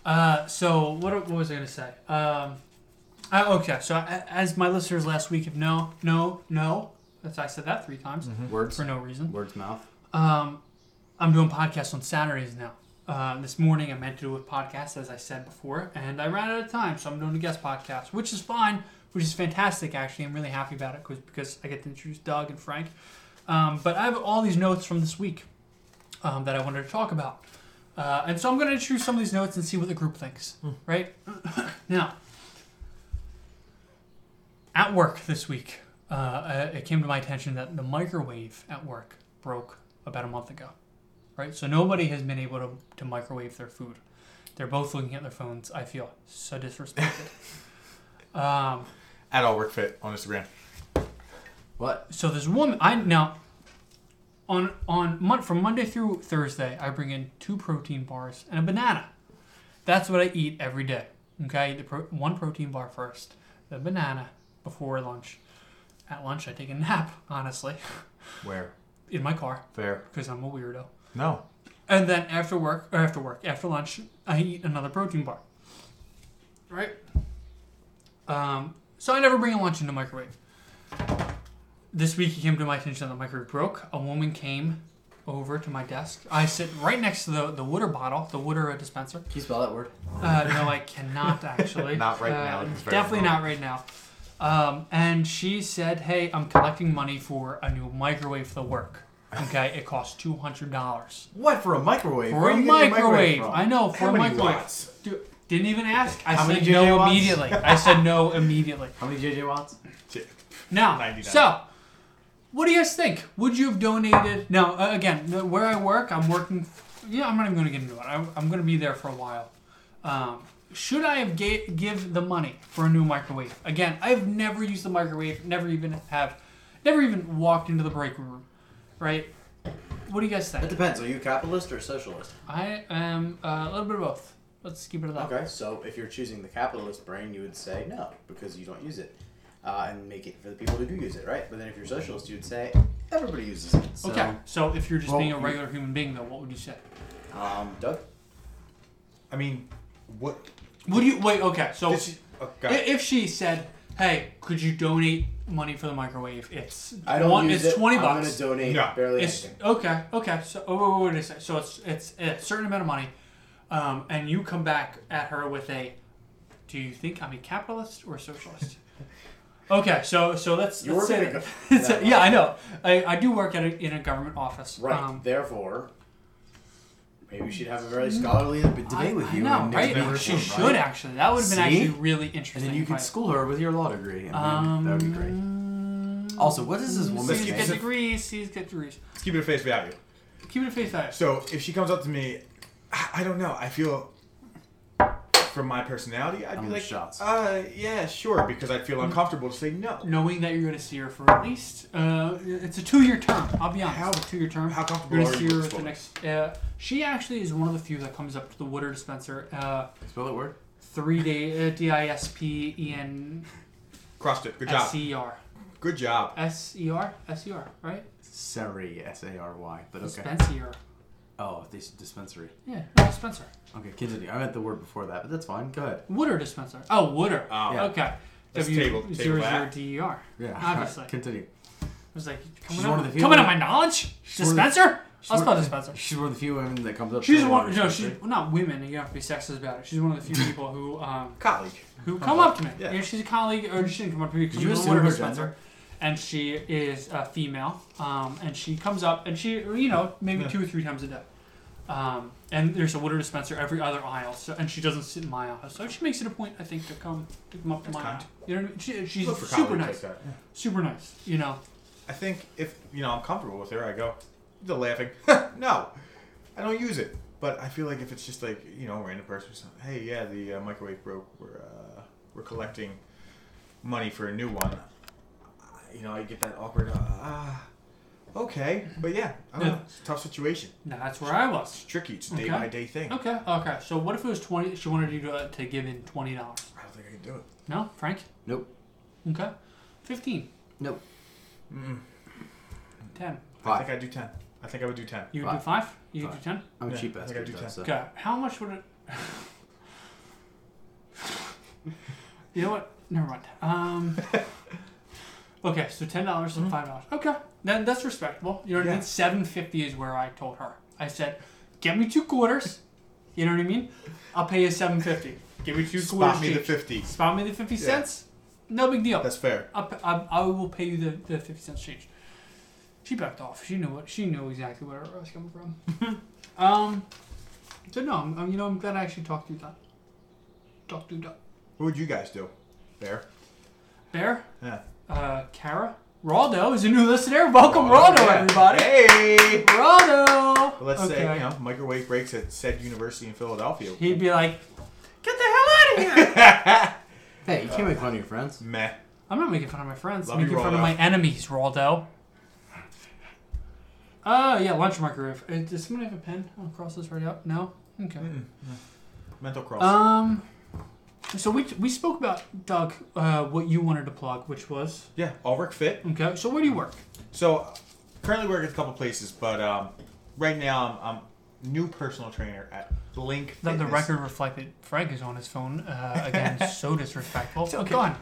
Speaker 4: Uh, so what, what was I going to say? Um, I, okay, so I, as my listeners last week have know, no, no, that's I said that three times
Speaker 2: Words.
Speaker 4: for no reason.
Speaker 2: Words mouth.
Speaker 4: Um, I'm doing podcasts on Saturdays now. Uh, this morning I meant to do a podcast, as I said before, and I ran out of time, so I'm doing a guest podcast, which is fine, which is fantastic, actually. I'm really happy about it 'cause- because I get to introduce Doug and Frank. Um, but I have all these notes from this week um, that I wanted to talk about. Uh, and so I'm going to choose some of these notes and see what the group thinks, right? <coughs> now, at work this week, uh, uh, it came to my attention that the microwave at work broke about a month ago, right? So nobody has been able to, to microwave their food. They're both looking at their phones. I feel so disrespected. um,
Speaker 3: At all work fit on Instagram.
Speaker 2: What?
Speaker 4: so this woman I now on on mon, from Monday through Thursday I bring in two protein bars and a banana. That's what I eat every day. Okay, I eat the pro, one protein bar first, the banana before lunch. At lunch I take a nap, honestly,
Speaker 3: Where?
Speaker 4: in my car
Speaker 3: Fair.
Speaker 4: because I'm a weirdo.
Speaker 3: No.
Speaker 4: And then after work, or after work, after lunch, I eat another protein bar. Right? Um, so I never bring a lunch in the microwave. This week it came to my attention that the microwave broke. A woman came over to my desk. I sit right next to the, the water bottle, the water dispenser.
Speaker 2: Can you spell that word?
Speaker 4: Uh,
Speaker 3: <laughs>
Speaker 4: no, I cannot actually.
Speaker 3: Not right
Speaker 4: Uh,
Speaker 3: now, it's very
Speaker 4: Definitely not right now. Um, and she said, "Hey, I'm collecting money for a new microwave for
Speaker 3: <laughs>
Speaker 4: the work. Okay, it costs two hundred dollars."
Speaker 2: What for a microwave?
Speaker 4: For
Speaker 2: Where
Speaker 4: a
Speaker 2: you getting your
Speaker 4: microwave.
Speaker 2: from?
Speaker 4: I know, for
Speaker 3: How
Speaker 4: a
Speaker 3: many
Speaker 4: microwave.
Speaker 3: watts?
Speaker 4: Dude, didn't even ask. I
Speaker 2: How many
Speaker 4: said
Speaker 2: JJ
Speaker 4: no
Speaker 2: watts?
Speaker 4: immediately. I said <laughs> no immediately.
Speaker 2: How many JJ Watts?
Speaker 4: Now,
Speaker 3: 99.
Speaker 4: so, what do you guys think? Would you have donated? Now, uh, again, the- where I work, I'm working. Yeah, I'm not even going to get into it. I, I'm going to be there for a while. Um, should I have ga- give the money for a new microwave? Again, I've never used the microwave. Never even have, never even walked into the break room, right? What do you guys
Speaker 2: That
Speaker 4: think?
Speaker 2: depends. Are you a capitalist or a socialist?
Speaker 4: I am uh, a little bit of both. Let's keep it at that.
Speaker 2: Okay, so if you're choosing the capitalist brain, you would say no because you don't use it, uh, and make it for the people who do use it, right? But then if you're socialist, you'd say everybody uses it. So,
Speaker 4: Okay, so if you're just
Speaker 2: Well,
Speaker 4: being a
Speaker 2: you-
Speaker 4: regular human being, though, what would you say?
Speaker 2: Um, Doug.
Speaker 3: I mean, what?
Speaker 4: Would you wait? Okay, so
Speaker 3: This is- oh, God.
Speaker 4: i- if she said, "Hey, could you donate money for the microwave?" It's
Speaker 2: I don't
Speaker 4: one,
Speaker 2: use
Speaker 4: it's
Speaker 2: it.
Speaker 4: twenty
Speaker 2: I'm
Speaker 4: bucks.
Speaker 2: gonna donate
Speaker 3: Yeah.
Speaker 2: barely
Speaker 4: it's
Speaker 2: anything.
Speaker 4: okay, okay. So oh, wait, wait, wait a sec. So it's it's a certain amount of money, um, and you come back at her with a, "Do you think I'm a capitalist or a socialist?"
Speaker 2: <laughs>
Speaker 4: okay, so so let's,
Speaker 2: You
Speaker 4: let's
Speaker 2: work
Speaker 4: say
Speaker 2: at a
Speaker 4: that- <laughs>
Speaker 2: gov-
Speaker 4: so- yeah, I know. I, I do work at a, in a government office.
Speaker 2: Right.
Speaker 4: Um,
Speaker 2: Therefore, maybe we should have a very scholarly deb- debate
Speaker 4: I-
Speaker 2: with
Speaker 4: I
Speaker 2: you.
Speaker 4: know,
Speaker 2: and
Speaker 4: right?
Speaker 2: next week
Speaker 4: She
Speaker 2: we'll
Speaker 4: should
Speaker 2: run.
Speaker 4: actually. That would have been
Speaker 2: See?
Speaker 4: actually really
Speaker 2: And
Speaker 4: interesting.
Speaker 2: then you
Speaker 4: if I-
Speaker 2: could school her with your law degree, and then
Speaker 4: Um,
Speaker 2: that would be great.
Speaker 3: Um,
Speaker 2: Also, what is this woman's
Speaker 4: C's
Speaker 2: name?
Speaker 4: get degrees. C's get degrees.
Speaker 3: Let's keep it at face value.
Speaker 4: Keep it at face value.
Speaker 3: So if she comes up to me, I I don't know. I feel from my personality, I'd
Speaker 2: I'm
Speaker 3: be
Speaker 2: with
Speaker 3: like,
Speaker 2: shots.
Speaker 3: uh, yeah, sure, because I'd feel uncomfortable to say no.
Speaker 4: Knowing that you're going to see her for at least uh, it's a two-year term. I'll be honest.
Speaker 3: How-
Speaker 4: it's a two-year term.
Speaker 3: how comfortable
Speaker 4: You're
Speaker 3: are
Speaker 4: gonna
Speaker 3: you
Speaker 4: see her
Speaker 3: with
Speaker 4: at the
Speaker 3: this
Speaker 4: next. Uh, she actually is one of the few that comes up to the water dispenser. Uh,
Speaker 2: Spell that word.
Speaker 4: three day uh, D I S P E N
Speaker 3: Crossed it. Good job.
Speaker 4: S E R
Speaker 3: Good job.
Speaker 4: S E R S E R right?
Speaker 2: Sari, S A R Y. But okay.
Speaker 4: Dispenser.
Speaker 2: Oh, this dispensary.
Speaker 4: Yeah, dispenser.
Speaker 2: Okay, continue. I meant the word before that, but that's fine. Go ahead.
Speaker 4: Water dispenser. Oh, water.
Speaker 3: Oh. Yeah.
Speaker 4: Okay.
Speaker 3: That's
Speaker 4: W
Speaker 3: table- table
Speaker 4: zero zero
Speaker 3: app.
Speaker 4: D E R.
Speaker 2: Yeah,
Speaker 4: Obviously.
Speaker 2: <laughs> continue.
Speaker 4: I was like, coming
Speaker 2: She's
Speaker 4: out
Speaker 2: one of
Speaker 4: of
Speaker 2: the few
Speaker 4: coming out
Speaker 2: women-
Speaker 4: my knowledge?
Speaker 2: She's one of the-
Speaker 4: Dispenser?
Speaker 2: she's
Speaker 4: I'll
Speaker 2: one
Speaker 4: spell
Speaker 2: of-
Speaker 4: dispenser.
Speaker 2: She's one of the few women that comes up.
Speaker 4: She's
Speaker 2: to the
Speaker 4: one
Speaker 2: water
Speaker 4: no, she's
Speaker 2: dispensary.
Speaker 4: well, not women, you don't have to be sexist about it. She's one of the few people who um
Speaker 3: Colleague.
Speaker 4: who come up to me.
Speaker 3: Yeah.
Speaker 4: You know, she's a colleague or she didn't come up to me,
Speaker 2: Did
Speaker 4: because
Speaker 2: you
Speaker 4: you
Speaker 2: assume
Speaker 4: water
Speaker 2: her
Speaker 4: dispenser.
Speaker 2: gender?
Speaker 4: And she is a female. Um, and she comes up and she you know, maybe
Speaker 3: Yeah.
Speaker 4: two or three times a day. Um, and there's a water dispenser every other aisle, so and she doesn't sit in my aisle. So she makes it a point, I think, to come to come up to my
Speaker 3: kind.
Speaker 4: aisle. You know what I mean? She, she's
Speaker 3: Look for
Speaker 4: super
Speaker 3: colleagues
Speaker 4: nice.
Speaker 3: Like that.
Speaker 4: Super nice, you know.
Speaker 3: I <laughs> think if you know I'm comfortable with her, I go. The laughing. no, I don't use it. But I feel like if it's just like you know a random person, or something, hey, yeah, the uh, microwave broke. We're uh, we're collecting money for a new one. I- You know, I get that awkward. Ah, okay, but yeah, I don't
Speaker 4: Yeah.
Speaker 3: know. It's a tough situation.
Speaker 4: No, that's where I was.
Speaker 3: It's tricky. It's a
Speaker 4: Okay.
Speaker 3: day by day thing.
Speaker 4: Okay, okay. So what if it was twenty? She wanted you to, to give in twenty dollars.
Speaker 3: I don't think I can do it.
Speaker 4: No, Frank.
Speaker 2: Nope.
Speaker 4: Okay, fifteen.
Speaker 2: Nope.
Speaker 3: Mm.
Speaker 4: Ten.
Speaker 3: I
Speaker 2: Five.
Speaker 3: think I do ten. I think I would do ten.
Speaker 4: You would do
Speaker 2: Five.
Speaker 4: five. You would do
Speaker 2: Five.
Speaker 4: ten.
Speaker 2: I'm a
Speaker 3: Yeah,
Speaker 2: cheap
Speaker 3: I
Speaker 2: ass.
Speaker 3: think I
Speaker 2: kid,
Speaker 3: do
Speaker 2: though,
Speaker 3: ten.
Speaker 2: so-
Speaker 4: Okay. How much would it?
Speaker 3: <laughs>
Speaker 4: you know what? Never mind. Um. Okay, so ten dollars and five dollars. Okay, then that's respectable. You know what I
Speaker 3: Mm-hmm. Yeah.
Speaker 4: mean? Seven fifty is where I told her. I said, "Get me two quarters." You know what I mean? I'll pay you seven fifty. Give me two quarters.
Speaker 3: Spot me the
Speaker 4: change.
Speaker 3: fifty.
Speaker 4: Spot me the fifty
Speaker 3: Yeah.
Speaker 4: cents. No big deal.
Speaker 3: That's fair.
Speaker 4: I'll, pa- I, I will pay you the, the fifty cents change. She backed off. She knew what she knew exactly where I was coming from. <laughs> um, so no, I'm, I'm- you know I'm glad I actually talked to you that. Talked to you that.
Speaker 3: What would you guys do? Fair.
Speaker 4: Bear,
Speaker 3: Yeah.
Speaker 4: uh, Kara, Raldo is a new listener. Welcome,
Speaker 3: Oh,
Speaker 4: Raldo,
Speaker 3: yeah.
Speaker 4: everybody.
Speaker 3: Hey.
Speaker 4: Raldo.
Speaker 3: But let's say
Speaker 4: Okay.
Speaker 3: you know microwave breaks at said university in Philadelphia.
Speaker 4: He'd be like, "Get the hell out of here!"
Speaker 2: Hey, you can't make fun of your friends.
Speaker 3: <laughs> Meh.
Speaker 4: I'm not making fun of my friends.
Speaker 3: Love
Speaker 4: I'm making
Speaker 3: you,
Speaker 4: fun of
Speaker 3: Raldo.
Speaker 4: my enemies, Raldo. Oh, yeah, lunch microwave. Uh, Does someone have a pen? I'll cross this right out. No? Okay.
Speaker 3: Mental cross.
Speaker 4: Um. So we we spoke about Doug, uh, what you wanted to plug, which was
Speaker 3: yeah. Ulrich fit.
Speaker 4: okay. So where do you work?
Speaker 3: So currently work at a couple places, but um, right now I'm, I'm new personal trainer at Link.
Speaker 4: Let the
Speaker 3: Fitness.
Speaker 4: record reflect that Frank is on his phone uh,
Speaker 3: <laughs>
Speaker 4: again. so disrespectful. okay. Go on.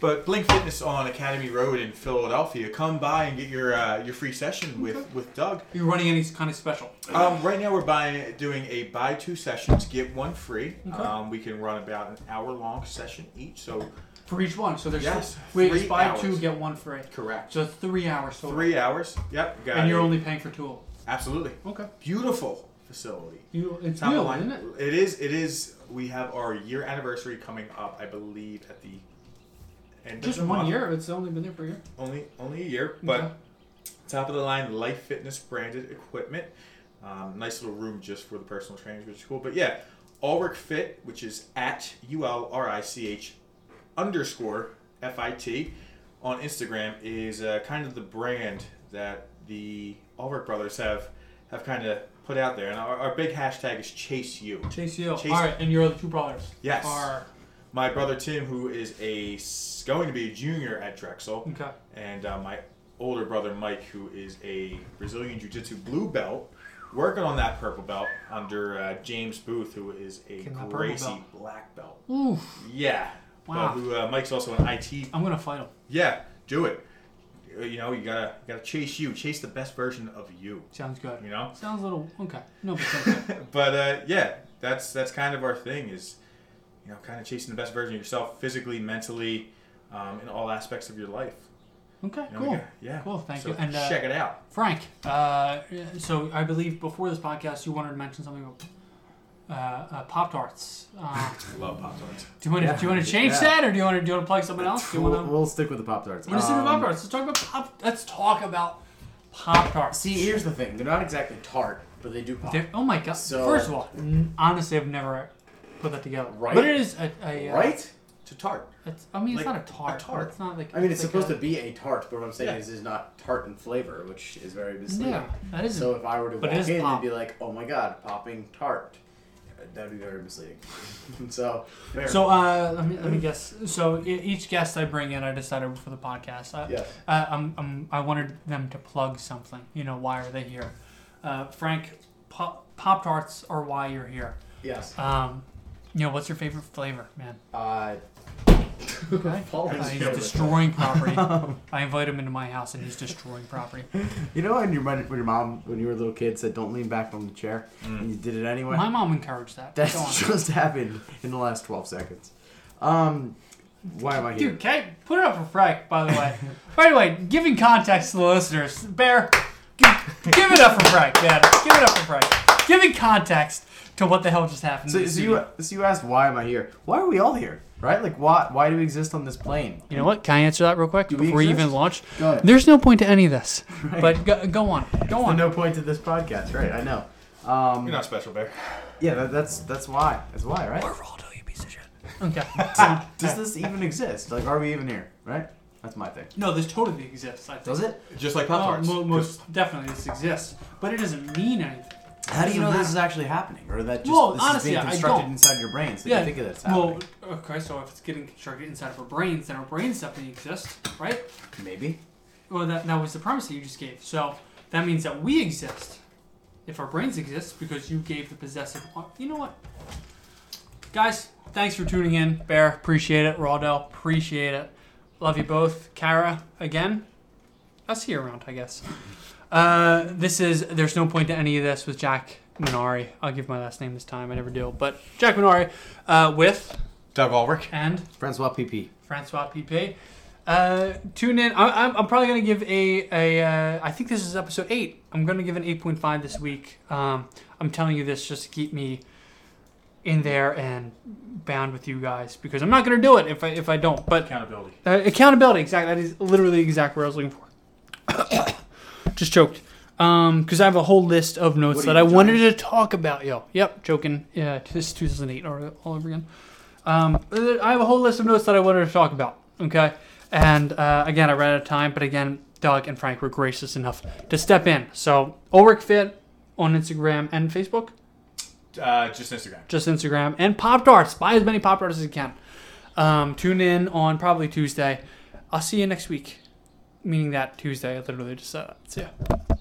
Speaker 3: But Blink Fitness on Academy Road in Philadelphia. Come by and get your uh, your free session with with Doug.
Speaker 4: You're running any kind of special.
Speaker 3: Um, right now we're buying doing a buy two sessions get one free. Um, we can run about an hour long session each. So
Speaker 4: For each one, so there's
Speaker 3: Yes,
Speaker 4: wait,
Speaker 3: three
Speaker 4: it's buy two
Speaker 3: hours.
Speaker 4: get one free.
Speaker 3: correct.
Speaker 4: So it's three hours total,
Speaker 3: Three hours. Yep. Got
Speaker 4: and you're
Speaker 3: it.
Speaker 4: only paying for two. of them.
Speaker 3: absolutely
Speaker 4: Okay,
Speaker 3: beautiful facility.
Speaker 4: you it's
Speaker 3: Top
Speaker 4: real,
Speaker 3: line.
Speaker 4: isn't it?
Speaker 3: It is. It is. We have our year anniversary coming up, I believe, at the end.
Speaker 4: Just
Speaker 3: of the
Speaker 4: one
Speaker 3: month.
Speaker 4: year. It's only been there for a year.
Speaker 3: Only, only a year. But
Speaker 4: Okay.
Speaker 3: top of the line, Life Fitness branded equipment. Um, nice little room just for the personal trainers, which is cool. But yeah, Ulrich Fit, which is at U L R I C H underscore F I T on Instagram, is uh, kind of the brand that the Ulrich brothers have have kind of put out there. And our, our big hashtag is Chase You.
Speaker 4: Chase Yale.
Speaker 3: Chase-
Speaker 4: All right, and your other two brothers.
Speaker 3: Yes.
Speaker 4: Are
Speaker 3: my brother Tim, who is a s- going to be a junior at Drexel,
Speaker 4: okay.
Speaker 3: and uh, my older brother Mike, who is a Brazilian Jiu-Jitsu blue belt, working on that purple belt under uh, James Booth, who is a
Speaker 4: Getting that purple
Speaker 3: Gracie
Speaker 4: belt.
Speaker 3: black belt.
Speaker 4: Ooh,
Speaker 3: Yeah,
Speaker 4: Wow.
Speaker 3: But who uh, Mike's also an IT.
Speaker 4: I'm gonna fight him.
Speaker 3: Yeah, do it. Uh, You know, you gotta you gotta chase you, chase the best version of you.
Speaker 4: Sounds good.
Speaker 3: You know,
Speaker 4: Sounds a little okay. No, but sounds good.
Speaker 3: but uh, yeah, that's that's kind of our thing is, you know, kind of chasing the best version of yourself, physically, mentally, um, in all aspects of your life.
Speaker 4: okay,
Speaker 3: You know, we
Speaker 4: cool.
Speaker 3: got- yeah.
Speaker 4: Cool, thank
Speaker 3: So
Speaker 4: you. And, uh,
Speaker 3: check it out.
Speaker 4: Frank, uh, so I believe before this podcast you wanted to mention something about uh, uh, Pop Tarts. Uh,
Speaker 3: Love Pop Tarts.
Speaker 4: do you want to
Speaker 2: Yeah,
Speaker 4: do you want to change
Speaker 2: yeah.
Speaker 4: that, or do you want to do you want to plug something else? Do you
Speaker 2: We'll,
Speaker 4: want to?
Speaker 2: we'll stick with the Um, Pop Tarts.
Speaker 4: Let's do Pop Tarts. Let's talk about Pop. Let's talk about Pop Tarts.
Speaker 2: See, here's the thing. They're not exactly tart, but they do pop.
Speaker 4: oh my god!
Speaker 2: So- mm.
Speaker 4: First of all, n- honestly, I've never put that together.
Speaker 2: Right?
Speaker 4: But it is a, a uh,
Speaker 2: right?
Speaker 3: To tart.
Speaker 4: It's, I mean, it's
Speaker 3: Like
Speaker 4: not a tart. but
Speaker 3: tart.
Speaker 4: It's not like.
Speaker 2: I mean,
Speaker 4: it's
Speaker 2: it's
Speaker 4: like
Speaker 2: supposed
Speaker 4: a-
Speaker 2: to be a tart, but what I'm saying
Speaker 3: Yeah.
Speaker 2: is it's not tart in flavor, which is very misleading.
Speaker 4: Yeah, that is.
Speaker 2: So if I were to
Speaker 4: But it
Speaker 2: walk
Speaker 4: is
Speaker 2: in
Speaker 4: pop.
Speaker 2: and be like, "Oh my god, popping tart," that would be very misleading. <laughs> so, fair.
Speaker 4: So uh, let me let me guess. So e- each guest I bring in, I decided for the podcast. I,
Speaker 2: Yes.
Speaker 4: uh, I'm, I'm, I wanted them to plug something. You know, why are they here? Uh, Frank, pop tarts are why you're here.
Speaker 2: yes,
Speaker 4: Um, you know, what's your favorite flavor, man?
Speaker 2: uh, <laughs>
Speaker 4: Okay.
Speaker 2: Paul
Speaker 4: Uh,
Speaker 2: is
Speaker 4: he's
Speaker 2: here with <laughs>
Speaker 4: destroying property. I invite him into my house, and he's destroying property.
Speaker 2: You know, and you reminded when your mom, when you were a little kid, said, "Don't lean back on the chair," and you did it anyway. <laughs>
Speaker 4: My mom encouraged that.
Speaker 2: That's
Speaker 4: <laughs> Go on.
Speaker 2: just happened in the last twelve seconds. Um, why am I here?
Speaker 4: Dude, can I put it up for Frank, by
Speaker 2: <laughs>
Speaker 4: the way? by the way, giving context to the listeners, Bear, give, give it up for Frank, man. Give it up for Frank. Giving context to what the hell just happened.
Speaker 2: so,
Speaker 4: in the
Speaker 2: so
Speaker 4: studio.
Speaker 2: you, so you asked, "Why am I here?" Why are we all here? Right? Like, why, why do we exist on this plane?
Speaker 4: You know what? Can I answer that real quick
Speaker 2: we
Speaker 4: before you
Speaker 2: exist?
Speaker 4: even launch?
Speaker 2: Go ahead. <laughs>
Speaker 4: There's no point to any of this. But go, go on. Go
Speaker 2: Well,
Speaker 4: on.
Speaker 2: no point to this podcast, right? I know. Um,
Speaker 3: You're not special, Bear.
Speaker 2: yeah, that, that's that's why. That's why, right?
Speaker 4: Geraldo, you piece of shit. Okay. Ah,
Speaker 2: Does this even exist? Like, are we even here? Right? That's my thing.
Speaker 1: <laughs> No, this totally exists. I think.
Speaker 2: Does it?
Speaker 3: Just like
Speaker 1: Oh,
Speaker 3: Pop Tarts.
Speaker 1: mo- most definitely, this exists, but it doesn't mean anything.
Speaker 2: How do you
Speaker 1: Doesn't
Speaker 2: know this
Speaker 1: matter.
Speaker 2: is actually happening, or that just
Speaker 1: Well,
Speaker 2: this
Speaker 1: honestly,
Speaker 2: is
Speaker 1: I
Speaker 2: being constructed
Speaker 1: don't.
Speaker 2: inside your brain? So you think that it's happening?
Speaker 1: well, okay. So if it's getting constructed inside of our brains, then our brains definitely exist, right?
Speaker 2: Maybe.
Speaker 1: Well, that, that was the premise that you just gave. So that means that we exist if our brains exist because you gave the possessive. You know what?
Speaker 4: Guys, thanks for tuning in. Bear, appreciate it. Rawdell, appreciate it. Love you both. Kara, again. I'll see you around, I guess. Uh, this is There's No Point to Any of This with Jack Minari. I'll give my last name this time. I never do. But Jack Minari uh, with
Speaker 3: Doug Ulrich.
Speaker 4: and
Speaker 2: Francois PP.
Speaker 4: Francois PP. Uh, tune in. I, I'm, I'm probably going to give a, a uh, I think this is episode 8. I'm going to give an 8.5 this week. Um, I'm telling you this just to keep me in there and bound with you guys because I'm not going to do it if I, if I don't. But
Speaker 3: Accountability.
Speaker 4: uh, accountability, exactly. That is literally exact where I was looking for. <coughs> Just choked. Um, because I have a whole list of notes
Speaker 2: What are
Speaker 4: that
Speaker 2: you
Speaker 4: I wanted to talk about. Yo, yep, joking. Yeah, this is 2008 all, all over again. Um, uh, I have a whole list of notes that I wanted to talk about. Okay, and uh, again, I ran out of time, but again, Doug and Frank were gracious enough to step in. So Ulrich Fit on Instagram and Facebook
Speaker 3: Uh, just Instagram.
Speaker 4: just Instagram and Pop Tarts. Buy as many Pop Tarts as you can. Um, tune in on probably Tuesday. I'll see you next week. Meaning that Tuesday. I literally just uh, said that. See ya.